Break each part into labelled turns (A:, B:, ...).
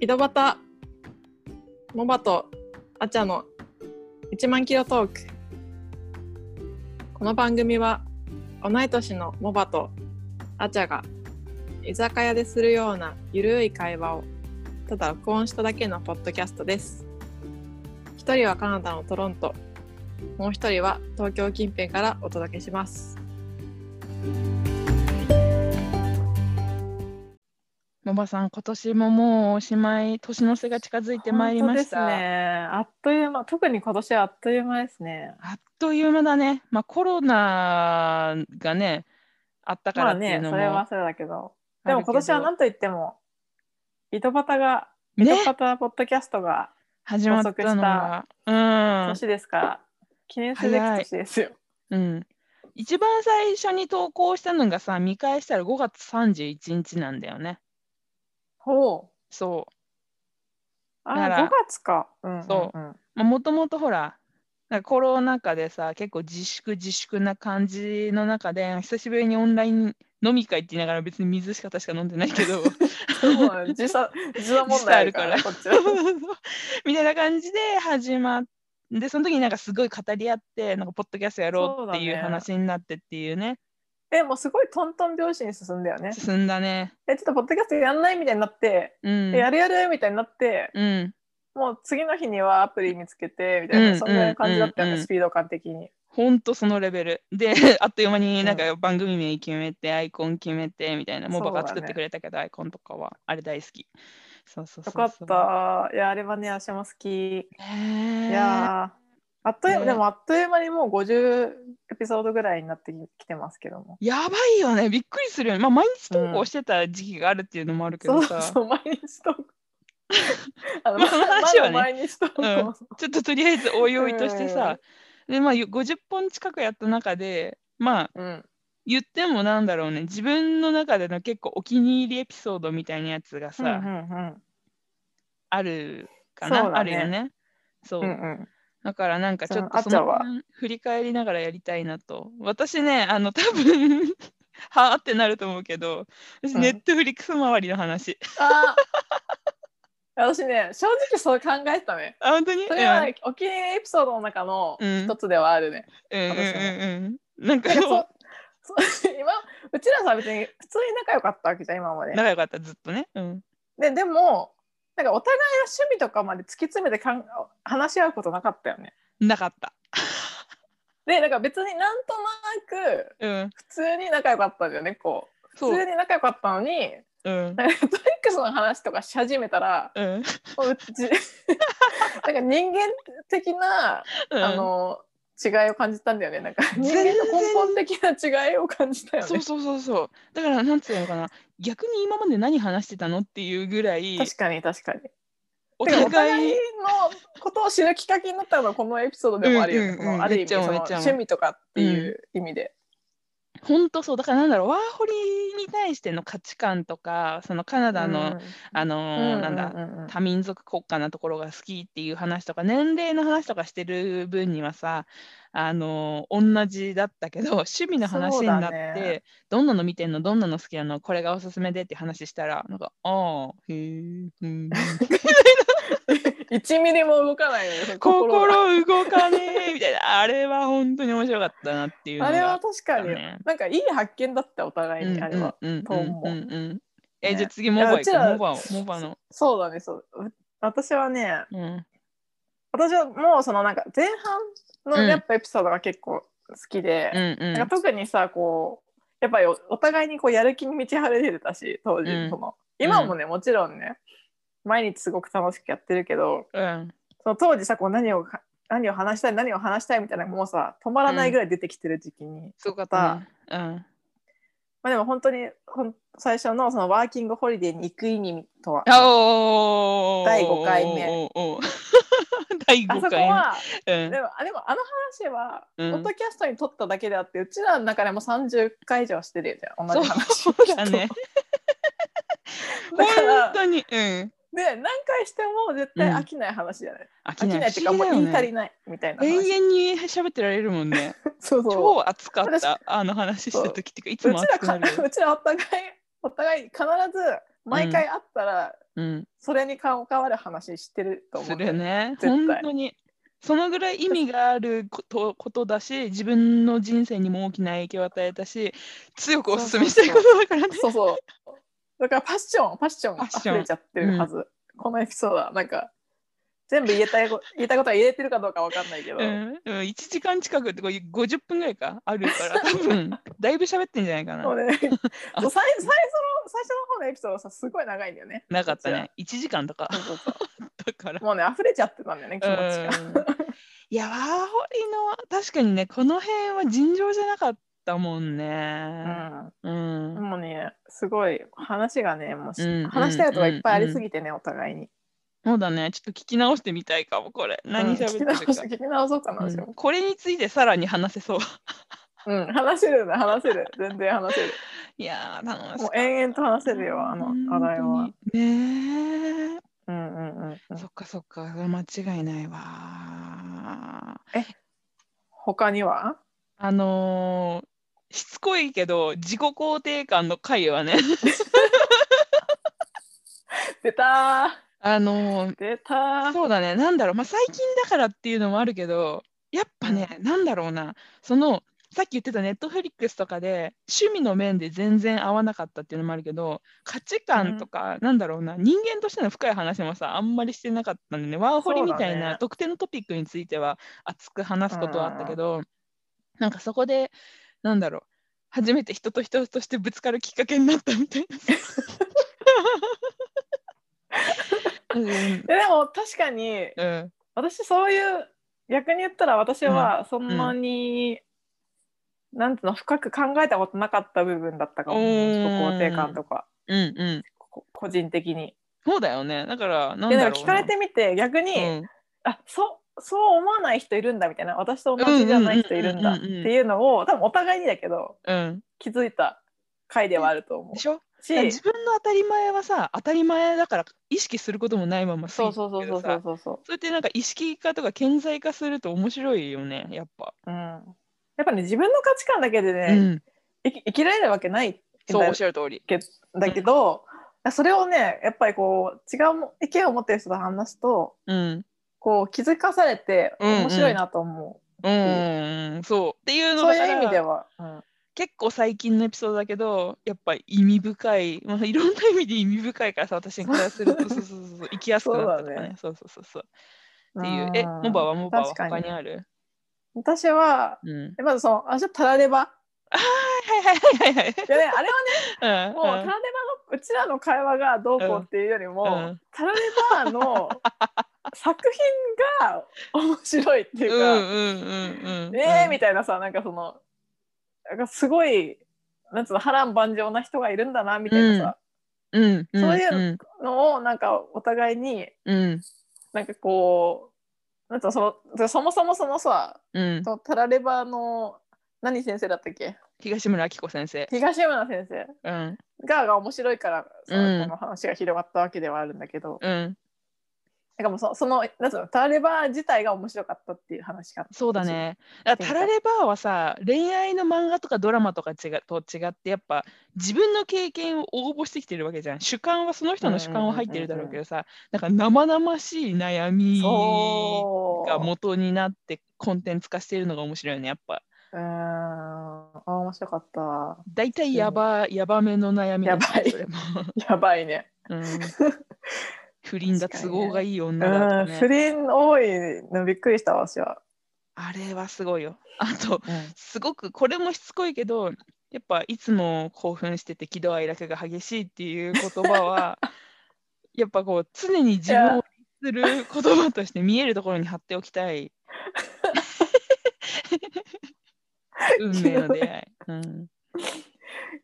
A: 井戸端モバとアチャの1万キロトークこの番組は同い年のモバとアチャが居酒屋でするようなゆるい会話をただ録音しただけのポッドキャストです一人はカナダのトロントもう一人は東京近辺からお届けします
B: モバさん、今年ももうおしまい、年の瀬が近づいてまいりました。
A: 本当ですね。あっという間、特に今年はあっという間ですね。
B: あっという間だね。まあ、コロナがね、あったか
A: ま
B: ら
A: あ
B: ってい
A: ね
B: う、の
A: そ
B: も、
A: れはそれだけど。でも今年は
B: あ
A: な
B: る
A: んといっても、井戸端が、
B: け
A: 井戸
B: どね、
A: 端ポッドキャストが
B: 始まったのは、
A: 年ですから、記念すべき年ですよ。
B: うん、うん。一番最初に投稿したのがさ、見返したら5月31日なんだよね。
A: ほう。
B: そ
A: あ、
B: なら
A: 5月か。うんうんうん、
B: そうん。まあ、もともとほら、なんかコロナ禍でさ、結構自粛自粛な感じの中で、久しぶりにオンライン飲み会って言いながら別に水しか確か飲んでないけ ど。
A: そう。時差、時差問題あるから、
B: 時
A: こっちは。
B: みたいな感じで 始まって。でその時になんかすごい語り合ってなんかポッドキャストやろうっていう
A: そうだね
B: 話になってっていうね
A: でもすごいトントン拍子に進んだよ ね。
B: 進んだね
A: え、ちょっとポッドキャストやんないみたいになって、
B: うん
A: えやるやるみたいになって、
B: うん
A: もう次の日にはアプリ見つけてみたいな、
B: うん
A: そんな感じだったよね、
B: うんうん
A: スピード感的に。
B: ほんとそのレベルで あっという間になんか番組名決めて、アイコン決めてみたいなもうバ
A: そう
B: カ
A: だね
B: 作ってくれたけど、アイコンとかはあれ大好きそうそうそ
A: よ
B: うそう
A: かった。いや、あれはね、私も好き。い
B: ねえ
A: やーあっという、
B: ね
A: でもあっという間にもう50エピソードぐらいになってきてますけども。
B: やばいよねびっくりするよね、まあ、毎日投稿してた時期があるっていうのもあるけ
A: そ
B: ど
A: う
B: さ、
A: そう、毎日 投稿。あの、
B: まあその話はね
A: まだ毎日投稿。
B: うんちょっととりあえずおいおいとしてさ、でまあ、よ50本近くやった中でまあ
A: うん。
B: 言ってもなんだろうね自分の中での結構お気に入りエピソードみたいなやつがさ、
A: うん
B: あるかな、
A: そうだね
B: あるよねそう、
A: うんうん。うんうん。
B: だからなんかちょっと
A: そ
B: そ
A: のあっちゃ
B: の
A: んは
B: 辺振り返りながらやりたいなと私ねあの多分 はあってなると思うけど私
A: うん
B: ネットフリックス周りの話、
A: ああ。私ね、正直そう考えてたね。
B: あ本当に
A: それはお気に入りエピソードの中の一つではあるね。
B: うんうんうんうん
A: 私も
B: なんか
A: なんか
B: もう
A: そうそう今うちらさ別に普通に仲良かったわけじゃん今まで。
B: 仲良かったずっとねうん
A: ででもなんかお互いの趣味とかまで突き詰めてかん話し合うことなかったよね。
B: なかった
A: でなんか別になんとなく
B: うん
A: 普通に仲良かったんだよねこう。普
B: そう
A: 通に仲良かったのに
B: うん
A: なんかトリックスの話とかし始めたら
B: うんうん
A: もう うちなんか人間的な、あの違いを感じたんだよねなんか人間の根本的な違いを感じたよ
B: そう
A: ね。
B: そうそうそうだからなんつうのかな逆に今まで何話してたのっていうぐらい
A: 確かに確かに。
B: お
A: てかお互
B: 互
A: い
B: い
A: のことを知るきっかけになったのがこのエピソードでもあるよね、
B: うんうんうん
A: このある意
B: めっ
A: 味
B: ちゃ
A: その
B: めっちゃ
A: 趣味とかっていう意味で、
B: 本当そうだからなんだろうワーホリに対しての価値観とかそのカナダの、あのーなんだ
A: だ
B: 多民族国家なところが好きっていう話とか年齢の話とかしてる分にはさあの同じだったけど 趣味の話になって、
A: そうだね
B: どんなの見てんのどんなの好きなのこれがおすすめでって話したらなんか「ああへえうん
A: 1ミリも動かないのよその心が
B: 心動かねえ」みたいなあれは本当に面白かったなっていうの
A: あ
B: が
A: れは確かに、
B: ね
A: なんかいい発見だったお互いにあれは、
B: うんうん
A: と思う
B: うんうんうんえ
A: ね
B: じゃあ次モバ
A: う
B: い
A: ち
B: こ
A: ら
B: うモバをモバの、
A: そうだねそうう私はね
B: うん、
A: 私はもうそのなんか前半の
B: うん
A: やっぱエピソードが結構好きで、
B: うんうん
A: なんか特にさこうやっぱりおお互いにこうやる気に満ち溢れてたし当時、
B: うん
A: その今もねもちろんね毎日すごく楽しくやってるけど
B: うん
A: その当時さこう何をか何を話したい何を話したいみたいなのがもうさ止まらないぐらい出てきてる時期に、
B: すごかったね、うん
A: まあ、でも本当にほん最初のそのワーキングホリデーに行く意味とは
B: あおー
A: 第五回目
B: おーおー 第
A: あ
B: 5
A: そこ
B: 回目
A: は
B: うん
A: でもあでもあの話は、
B: うん
A: ポッドキャストに撮っただけであってうちらの中でも30回以上してるよね同じ話
B: そうだね
A: だから
B: 本当にうん
A: で何回しても絶対飽きない話じゃない、飽きないっていうかもう言い足り
B: ない
A: ないみたいな
B: 永
A: 話、
B: 遠に喋ってられるもんね
A: そうそう
B: 超熱かったあの話した時っていうかいうつも
A: ちら
B: 熱く
A: か
B: なるよ
A: うちらお互いお互い必ず毎回会ったら、
B: うん、
A: それに関わる話してると思
B: す
A: う。
B: るね。
A: 絶
B: 本
A: 対
B: 当に。そのぐらい意味があることことだし、自分の人生にも大きな影響を与えたし、強くおすすめしたいことだからね。
A: そうそう。だからパッション、パッション
B: パ
A: が
B: ッション
A: 溢れちゃってるはず。このエピソードは、なんか、全部言えたいこと 言えたことは言えてるかどうかわかんないけど、
B: うん、1時間近くってこういう50分ぐらいかある から多分だいぶ喋ってんじゃないか
A: もう
B: な。
A: ね、そう最最初の
B: あ
A: 最初の方のエピソードはさ、すごい長いんだよね。
B: なかったね1時間とか
A: そうそうそ
B: だから
A: う。。もうね、溢れちゃってたんだよね、気持ちが。
B: うんいやワーホリの確かにねこの辺は尋常じゃなかったもんね。うん
A: うん、もうね、すごい話がね、もうし
B: うん
A: 話したいことがいっぱいありすぎてね、お互いに。
B: そうだねちょっと聞き直してみたいかもこれ何喋って
A: う
B: る
A: ん聞き直し
B: か
A: 聞。き直そうかな、私
B: うん
A: も
B: これについてさらに話せそう。
A: うん、話せるんだ、話せる。全然話 せる。
B: いやー楽し
A: も
B: そう
A: 延々と話せるよ、あの話題は。。
B: ねえ。
A: うんうんうんうん。
B: そっかそっか間違いないわ。
A: 他には
B: あのーしつこいけど自己肯定感の回はね
A: 出た
B: あのー
A: ー出た ー
B: そうだねなんだろう、まあ、最近だからっていうのもあるけどやっぱねなんだろうなそのさっき言ってたネットフリックスとかで趣味の面で全然合わなかったっていうのもあるけど価値観とか、なんだろうな人間としての深い話もさあんまりしてなかったんでねワーホリみた
A: そ
B: いう
A: だね
B: な特定のトピックについては熱く話すことはあったけど、なんかそこでなんだろう初めて人と人としてぶつかるきっかけになったみたいな さ。うん
A: えでも確かに
B: うん
A: 私そういう逆に言ったら私はそんなに、なんていうの深く考えたことなかった部分だったかも
B: うーん
A: 自己肯定感とか
B: うんうん、
A: こ個人的に。
B: そうだよね。だから、なん
A: で
B: だ
A: な
B: ろうんな。
A: か聞かれてみて逆に、
B: うん、
A: あそうそう思わない人いるんだみたいな私と同じじゃない人いるんだっていうのを多分お互いにだけど
B: うん、
A: 気づいた回ではあると思
B: で
A: う
B: しょ
A: し
B: だから自分の当たり前はさ、当たり前だから意識することもないまま
A: そうそうそうそう
B: 過ぎて
A: そ
B: るけど
A: う
B: さ
A: そうそう。
B: それってなんか意識化とか顕在化すると面白いよね、やっぱ。
A: うんやっぱね自分の価値観だけで
B: う
A: ね、
B: ん、
A: 生き生きられるわけないん
B: そう、
A: だ
B: おっしゃる通り。
A: けだけど、それをねやっぱりこう違うも意見を持ってる人と話すと
B: うん、
A: こう気づかされて
B: うんうん
A: 面白いなと思
B: うんうん、うんそう。っていう
A: う、
B: の
A: そう
B: が
A: いう意味で
B: さ
A: は、うん
B: 結構最近のエピソードだけど、やっぱり意味深い、まあ、いろんな意味で意味深いからさ、私 からすると、そうそうそうそう、生きやすくなったと
A: そ
B: か
A: うだ
B: ね
A: ね、
B: そうそうそうそう。っていう。え、
A: ん
B: モバはモバは
A: 確かに
B: 他にある
A: 私は
B: うん。
A: まずそのあちょっとタラレバ
B: はいはいはいはいはい。
A: いやねあれは
B: うん
A: ねもうタラレバのうちらの会話がどうこうっていうよりも、
B: うん
A: タラレバ の作品が面白いっていううんか、
B: うんうんうん
A: えー、み
B: た
A: たいなさなんかそのなんかすごいなんつうの波乱万丈な人がいるんだなみたいなさ、
B: いな、うん
A: そういうのをなんかお互いに
B: うん
A: なんかこうなんつうのそのそもそもそのさ
B: うん
A: そのタラレバの何先生だったっけ
B: 東村明子先生、
A: 東山先生
B: うん
A: がが面白いからさ、
B: うん
A: この話が広がったわけではあるんだけど、
B: うん、
A: なんかもうそそのなんつうのタラレバ自体が面白かったっていう話かな
B: そうだねだからタラレバーはさ恋愛の漫画とかドラマとか違と違ってやっぱ自分の経験を応募してきてるわけじゃん主観はその人の主観は入ってるだろうけどさなんか生々しい悩み
A: そう
B: が元になってコンテンツ化しているのが面白いよねやっぱ
A: うーんあ面白かった
B: 大体やばやばめの悩みだし
A: やばい
B: それ も
A: やばいね。
B: うん、不倫だ
A: 確か
B: 都
A: にね
B: 合がいい女だ
A: う
B: とか
A: ん、不
B: ね、
A: 倫多いのびっくりした私は。
B: あれはすごいよあと
A: うん、
B: すごくこれもしつこいけどやっぱいつも興奮してて喜怒哀楽が激しいっていう言葉 はやっぱこう常に自分を律する言葉として見えるところに貼っておきたい 運命の出会い、うん、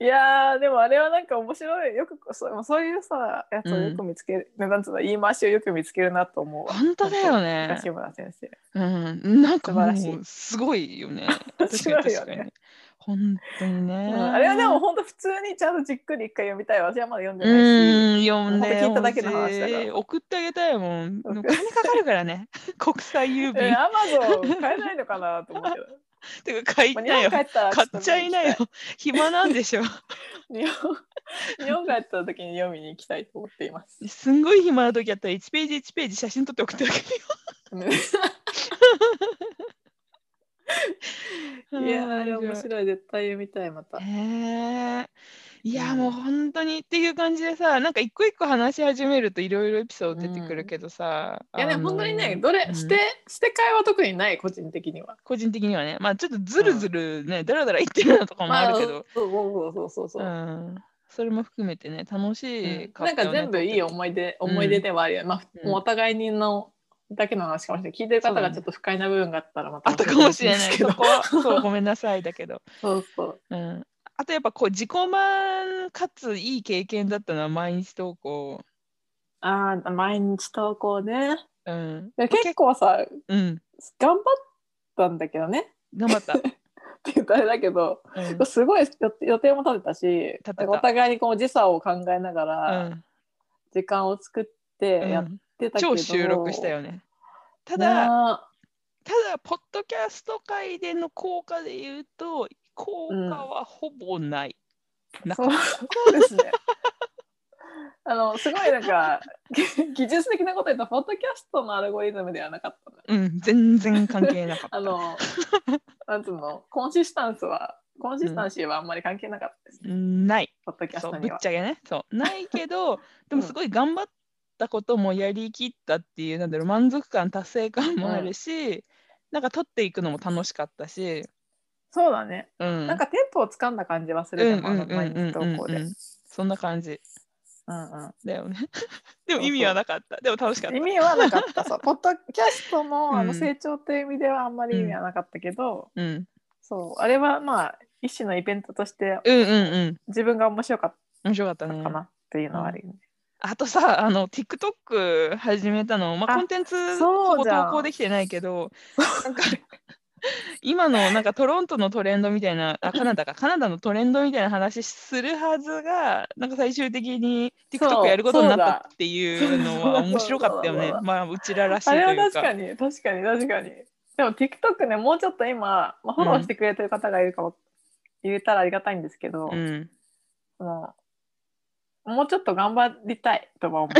A: いやーでもあれはなんか面白いよくそうそういうさやつをよく見つける、なんつうの言い回しをよく見つけるなと思うわ。
B: 本当だよね
A: 東村先生。
B: うん、なんか
A: 素晴
B: も
A: ら
B: うすごいよ ね。
A: 面白いよね。
B: 本当にね、
A: うんあれはでも本当普通にちゃんとじっくり一回読みたい私はまだ読ん
B: う
A: でないし。
B: ん、読んで
A: 聞いただけの話だから
B: ほしい送ってあげたいもん。でも
A: 送
B: 金かかるからね。 国際郵
A: え
B: 便。
A: アマゾン買えないのかなと思うけど。
B: てか買い
A: まあ
B: なよ。
A: 日本帰ったら
B: 買っちゃいなよ
A: ちょっと。
B: 暇なんでしょ。
A: 日本日本帰った時に読みに行きたいと思って います。
B: すんごい暇な時やったら1ページ1ページ写真撮って送ってあげ
A: ねい
B: るよ。
A: やーあれ面
B: い。
A: 白い絶対読みたいまた。
B: へえいや
A: うん
B: もう本当にっていう感じでさなんか一個一個話し始めるといろいろエピソード出てくるけどさ、
A: いやね
B: あの
A: 本当にねどれ
B: うん
A: してして会は特にない個人的には。
B: 個人的にはねまあちょっとずるずるねだらだら言ってるなとかもあるけど、
A: そうそうそうそうそう。
B: うん、それも含めてね楽しい
A: なんか全部いい思い出、
B: ん
A: 思い出ではあるよ、まあ、
B: うん
A: もうお互いにのだけの話かもしれない聞いてる方がちょっと不快な部分があったらま た
B: あったかもしれない
A: けど
B: そこはそうごめんなさいだけど、
A: そうそう
B: うん、あとやっぱこう自己満かついい経験だったのは毎日投稿
A: ああ毎日投稿ね
B: うん、
A: で結構さ
B: うん、
A: 頑張ったんだけどね
B: 頑 張った、
A: って言ったらあれだけど
B: うん
A: すごい予予定も立てたし
B: てた
A: お互いにこう時差を考えながら時間を作って
B: うん
A: やっ
B: うん
A: てたけど、
B: 超収録したよねた
A: た
B: だ、
A: だ
B: ただポッドキャスト界での効果で言うと効果はほぼない、な
A: そうそうですね。 あのすごいなんか 技術的なこと言うとポッドキャストのアルゴリズムではなかったね。
B: うん全然関係なかった
A: あのなんつうのコンシスタンスはコンシスタンシーはあんまり関係なかったですね、
B: ない
A: ポッドキャス
B: そ
A: ト
B: うぶっ
A: には
B: ち。ゃけねそうないけ どでもすごい頑張ったこともやりきったっていうなんだろう満足感達成感もあるし、なんか撮っていくのも楽しかったし、
A: そうだね。
B: うん、
A: なんかテンポをつかんだ感じはする
B: う
A: で
B: ん
A: も
B: う
A: あ
B: んう
A: の
B: んうん
A: 毎
B: うん
A: 日投稿で。
B: う
A: うん
B: んそんな感じ
A: うん
B: だよ ねで
A: そうそ
B: も
A: う
B: 意味はなかったでも楽しかった
A: 意味はなかっ たそうポッドキャスト
B: うん
A: のあの成長という意味ではあんまり意味はなかったけど、
B: うん、
A: そうあれはまあ一種のイベントとして
B: うんうんうん
A: 自分が面白かっ
B: 面白かった
A: た
B: ね
A: かなっていうのはあるよね。
B: あとさあの TikTok 始めたの、まあ、
A: あ
B: コンテンツ
A: そう
B: ほぼ
A: じゃん
B: 投稿できてないけどなんか今のなんかトロントのトレンドみたいなあカナダかカナダのトレンドみたいな話するはずがなんか最終的に
A: そう
B: TikTok やることになっ
A: そう
B: た
A: だ
B: っていうのは面白かったよ
A: そう
B: ね
A: だそうだそうだ
B: まあうちららしい
A: あ
B: とい
A: れは
B: う
A: 確か
B: か。
A: に確かに確かにでも TikTok ねもうちょっと今、まあ、フォローしてくれてる方がいるかも、言えたらありがたいんですけど、
B: うん、
A: そのもうちょっと頑張りたいと は思う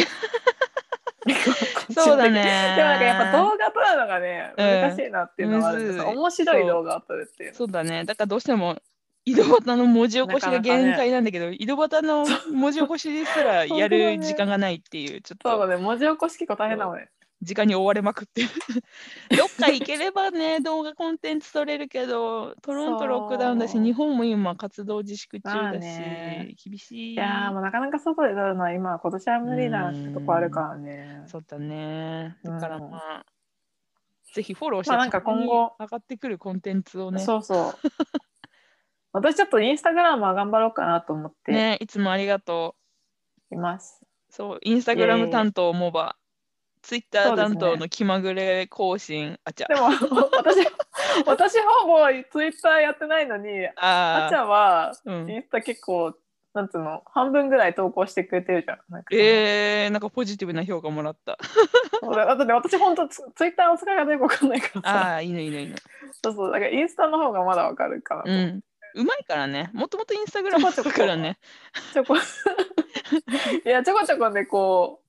B: そうだね
A: でもなんかやっぱ動画撮るのがね
B: うん
A: 難しいなっていうのはあるん
B: む
A: で
B: ず
A: す
B: い
A: よ、面白い動画を撮るっていう
B: そうだねだからどうしても井戸端の文字起こしが限界なんだけど、井戸端の文字起こしですらやる時間がないっていうちょっと
A: そうだね文字起こし結構大変だもんね
B: 時間に追われまくってる どっか行ければね動画コンテンツ撮れるけどトロントロックダウンだし
A: そう
B: 日本も今活動自粛中
A: まあ
B: だし、
A: ね
B: 厳しい
A: いやーもうなかなか外で撮るのは今は今年は無理なとこあるからね
B: そうだね
A: うん
B: だからまあ、ぜひフォローして、
A: まあなんか今後
B: 上がってくるコンテンツをね
A: そう そう。私ちょっとインスタグラムは頑張ろうかなと思って
B: ねいつもありがと
A: います。
B: うそうインスタグラム担当モバツイッタ
A: そ
B: ー
A: うです
B: 担
A: ね
B: 当の気まぐれ更新あちゃ
A: でも 私私ほぼツイッターやってないのに、あ
B: あ
A: ちゃんは
B: ーうん
A: インスタ結構なんつうの半分ぐらい投稿してくれてるじゃん。なんか
B: えー、なんかポジティブな評価もらった。
A: そうだだって私本当ツツイッターの使い方よくわかんないからさ。
B: ああ、いいのいいのいいの。
A: そうそうだからインスタの方がまだわかるから、
B: うん。うまいからね。もともとインスタグラムだからね。
A: ちょこ いやちょこちょこねこ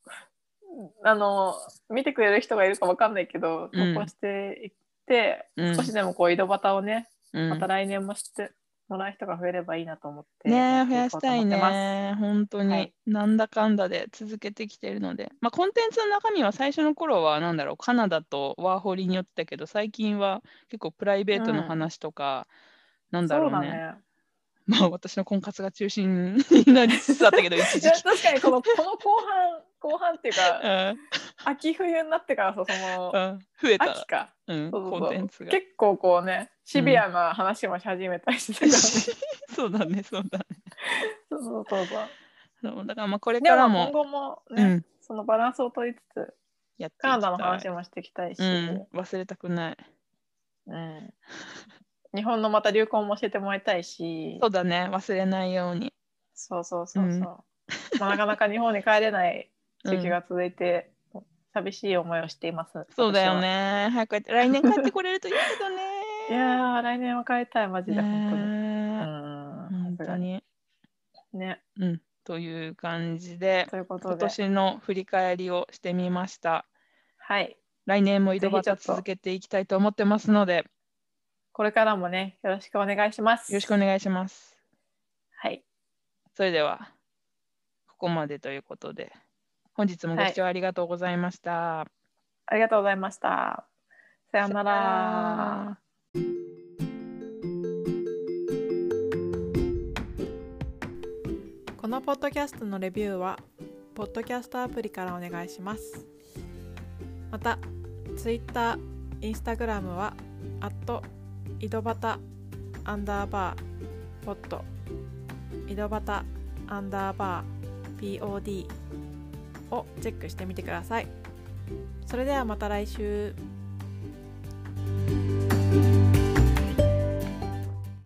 A: うあの見てくれる人がいるかわかんないけど
B: うん
A: 投稿していっ
B: う
A: て。
B: ん
A: 少しでもこう井戸端をね、
B: うん
A: また来年もしてもらう人が増えればいいなと思って。
B: ね
A: や
B: え
A: っ
B: 増
A: て
B: やし
A: こうと
B: たい
A: 思ってます。
B: ね。本当に、
A: はい
B: なんだかんだで続けてきてるので。まあ、コンテンツの中身は最初の頃は、なんだろう、カナダとワーホリによってたけど、最近は結構プライベートの話とか、なんだ
A: そ
B: ろ
A: う
B: う
A: だ
B: ね。
A: ね。
B: まあ、私の婚活が中心になりつつあったけど、 一
A: い
B: 時
A: や
B: 期。
A: 確かにこのこの後半後半っていう
B: う
A: か
B: ん
A: 秋冬になってからさその
B: うん増え
A: 秋
B: た、
A: か
B: うん、
A: そうそう
B: コンテンツ
A: そう
B: が。
A: 結構こうねシビアな話もし始めたりし てたから、そう
B: そうだね、そうだね。
A: そうそ うそう
B: そうだからまあこれ
A: で
B: か
A: もま
B: ら
A: あ
B: も
A: 今、後も
B: う
A: ね、
B: ん、
A: そのバランスを取りつつ
B: やっていきたい
A: カナダの話もしていきたいし、
B: うん、忘れたくない。
A: うん日本のまた流行も教えてもらいたいし
B: そうだね、忘れないように。
A: そうそうそう
B: う
A: そう。
B: ん
A: まあ、なかなか日本に帰れない時期
B: うん
A: が続いて、寂しい思いをしています。
B: そうだよね、早く帰って、来年帰ってこれるといいけどね。
A: 私は。いやー、来年は帰りたい、マジで、
B: ね
A: 本当に。
B: え
A: う
B: 本当
A: ん
B: に。
A: う
C: ね。
B: うん、という感じで
C: ということ
B: 今
C: で、
B: 年の振り返りをしてみました。
C: はい。
B: 来年も井戸
C: ぜひちょ
B: 端
C: っと
B: 続けていきたいと思ってますので、よ
C: これからもね、よろしくお願いします。
B: ろしくお願いします。
C: はい。
B: それでは、ここまでということで、本日もご視聴ありがとうございました。
C: ありがとうございました。さような
B: さよ
C: ら
B: な。ら
A: このポッドキャストのレビューはポッドキャストアプリからお願いしますまた Twitter、Instagram は井戸端アンダーバーポッド井戸端アンダーバー POD をチェックしてみてくださいそれではまた来週